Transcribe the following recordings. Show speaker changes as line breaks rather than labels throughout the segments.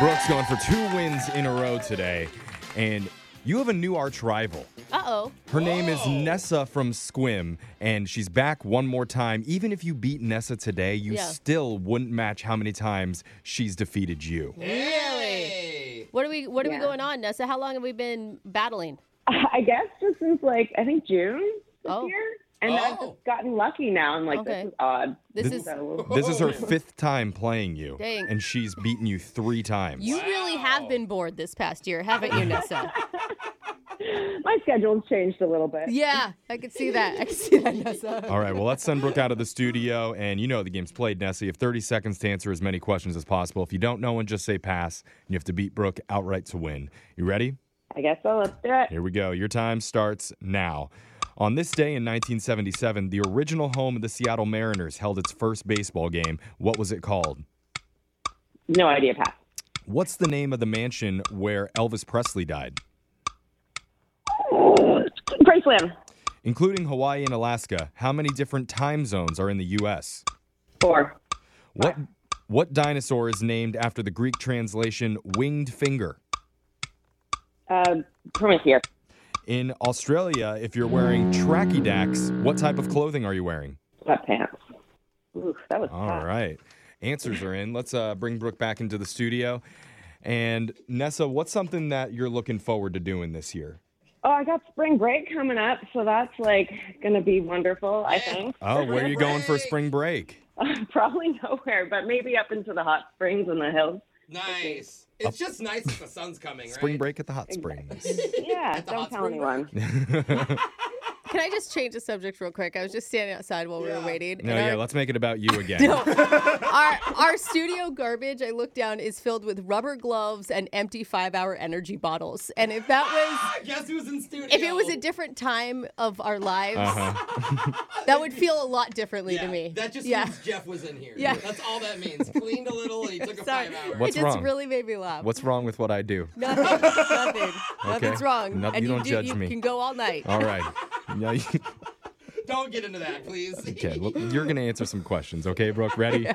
Brooke's gone for two wins in a row today, and you have a new arch rival.
Uh oh.
Her name is Nessa from Squim, and she's back one more time. Even if you beat Nessa today, you
Yeah.
still wouldn't match how many times she's defeated you.
Really? What are we What are we
Yeah.
going on, Nessa? How long have we been battling?
I guess just since like I think June this
Oh.
year, and I've
Oh.
just gotten lucky now. I'm like,
Okay.
this is odd.
This
This-
is
So,
This is her fifth time playing you,
Dang.
and she's beaten you three times.
you really have
Wow.
been bored this past year, haven't you, Nessa?
my schedule's changed a little bit.
yeah, I can see that. I can see that, Nessa.
All right, well, let's send Brooke out of the studio, and you know the game's played, Nessa. You have 30 seconds to answer as many questions as possible. If you don't know one, just say pass, and you have to beat Brooke outright to win. You ready?
I guess so. Let's do it.
Here we go. Your time starts now. On this day in 1977, the original home of the Seattle Mariners held its first baseball game. What was it called?
No idea, Pat.
What's the name of the mansion where Elvis Presley died?
Graceland.
Including Hawaii and Alaska, how many different time zones are in the U.S.?
Four.
What, what dinosaur is named after the Greek translation winged finger?
Uh, Prometheus.
In Australia, if you're wearing trachydax, what type of clothing are you wearing?
Sweatpants. Ooh, that was
All
tough.
right. Answers are in. Let's uh, bring Brooke back into the studio. And Nessa, what's something that you're looking forward to doing this year?
Oh, I got spring break coming up, so that's like gonna be wonderful. I think
Oh, where are you going for spring break?
probably nowhere, but maybe up into the hot springs in the hills.
Nice. It's just nice that the sun's coming, right?
Spring break at the hot springs.
Yeah,
the
don't
hot
tell
spring break.
anyone.
Can I just change the subject real quick? I was just standing outside while we were
Yeah.
waiting.
No,
and
yeah,
our-
let's make it about you again.
our our studio garbage, I look down, is filled with rubber gloves and empty five hour energy bottles. And if that was
Ah, guess who's in studio?
if it was a different time of our lives,
Uh-huh.
that would feel a lot differently
Yeah,
to me.
That just means Jeff was in here.
Yeah.
That's all that means. Cleaned a little and he took a
Sorry.
five hour.
What's
it just
wrong?
really made me laugh.
What's wrong with what I do?
nothing? nothing. Nothing's wrong.
Noth-
and
you
you,
don't
do,
judge
you
me. Oh.
can go all night.
All right. No, you-
Don't get into that, please.
okay, well, you're going to answer some questions, okay, Brooke? Ready?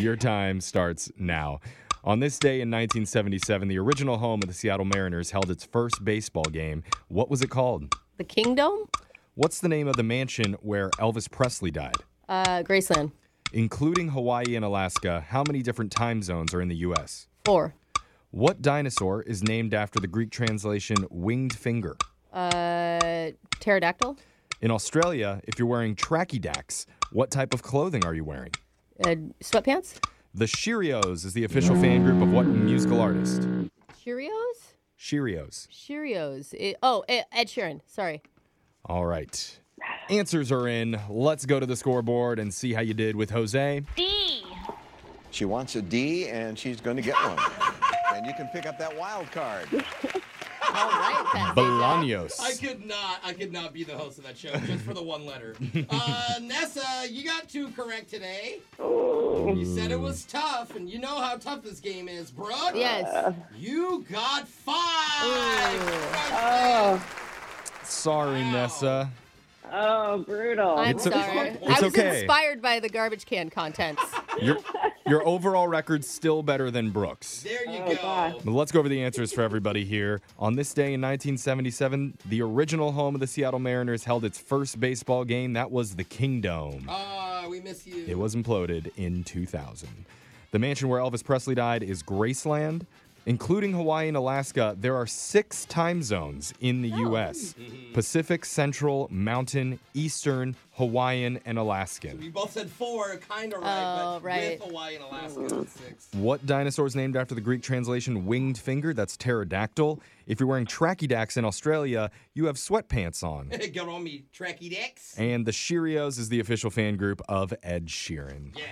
Your time starts now. On this day in 1977, the original home of the Seattle Mariners held its first baseball game. What was it called?
The Kingdom,
What's the name of the mansion where Elvis Presley died?
uh, Graceland,
Including Hawaii and Alaska, how many different time zones are in the U.S.?
four.
What dinosaur is named after the Greek translation winged finger?
Uh, pterodactyl,
In Australia, if you're wearing trachydax, what type of clothing are you wearing?
uh, sweatpants,
The Cheerios is the official fan group of what musical artist?
Cheerios,
Cheerios.
Cheerios. It- oh, E- Ed Sheeran. Sorry.
All right. Answers are in. Let's go to the scoreboard and see how you did with Jose.
She wants a D, and she's going to get one. and you can pick up that wild card.
All right. Pat.
I
Bolaños.
could not. I could not be the host of that show just for the one letter. Uh, Nessa, you got two correct today. You said it was tough, and you know how tough this game is, Brooke.
Yes.
You got five.
Oh,
Sorry,
Wow.
Nessa.
oh, brutal.
I'm
It's o-
sorry.
it's
I was
okay.
inspired by the garbage can contents.
Your, your overall record's still better than Brooks.
There you
Oh,
go.
gosh.
But let's go over the answers for everybody here. On this day in 1977, the original home of the Seattle Mariners held its first baseball game. That was the Kingdom.
Ah, we miss you.
It was imploded in 2000. The mansion where Elvis Presley died is Graceland. Including Hawaii and Alaska, there are six time zones in the U.S. Pacific, Central, Mountain, Eastern, Hawaiian, and
We
Alaskan.
both said four, kind of right,
Oh,
but
right. Mm.
with Hawaii and Alaska, it's six.
What dinosaur is named after the Greek translation winged finger? That's pterodactyl. If you're wearing trachydax in Australia, you have sweatpants on.
Get on me, Trekkie Dicks.
And the Cheerios is the official fan group of Ed Sheeran.
Yeah.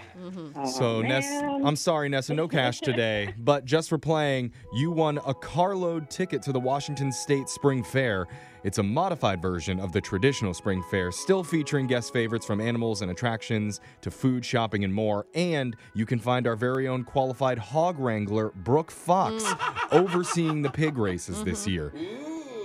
So, Ness,
man.
I'm sorry, Nessa, no cash today, but just for playing, you won a carload ticket to the Washington State Spring Fair. It's a modified version of the traditional Spring Fair, still featuring guest favorites from animals and attractions to food, shopping, and more. And you can find our very own qualified hog wrangler, Brooke Fox, overseeing the pig races this year.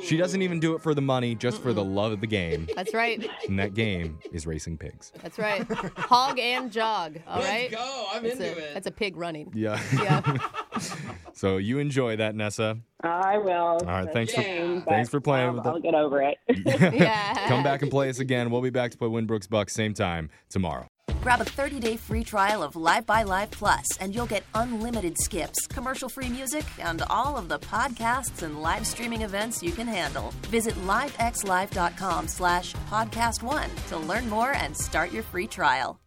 She doesn't even do it for the money, just for the love of the game.
That's right.
And that game is racing pigs.
That's right. Hog and jog. All
Let's
right.
go. I'm
That's
into
a,
it.
that's a pig running.
Yeah.
Yeah.
so you enjoy that, Nessa.
I will. All
right, thanks
for-
thanks for playing with
I'll, I'll
it.
get over it.
yeah.
Come back and play us again. We'll be back to play Winbrook's Bucks same time tomorrow.
Grab a 30-day free trial of Live by Live Plus, and you'll get unlimited skips, commercial-free music, and all of the podcasts and live streaming events you can handle. Visit livexlive.com slash podcast one to learn more and start your free trial.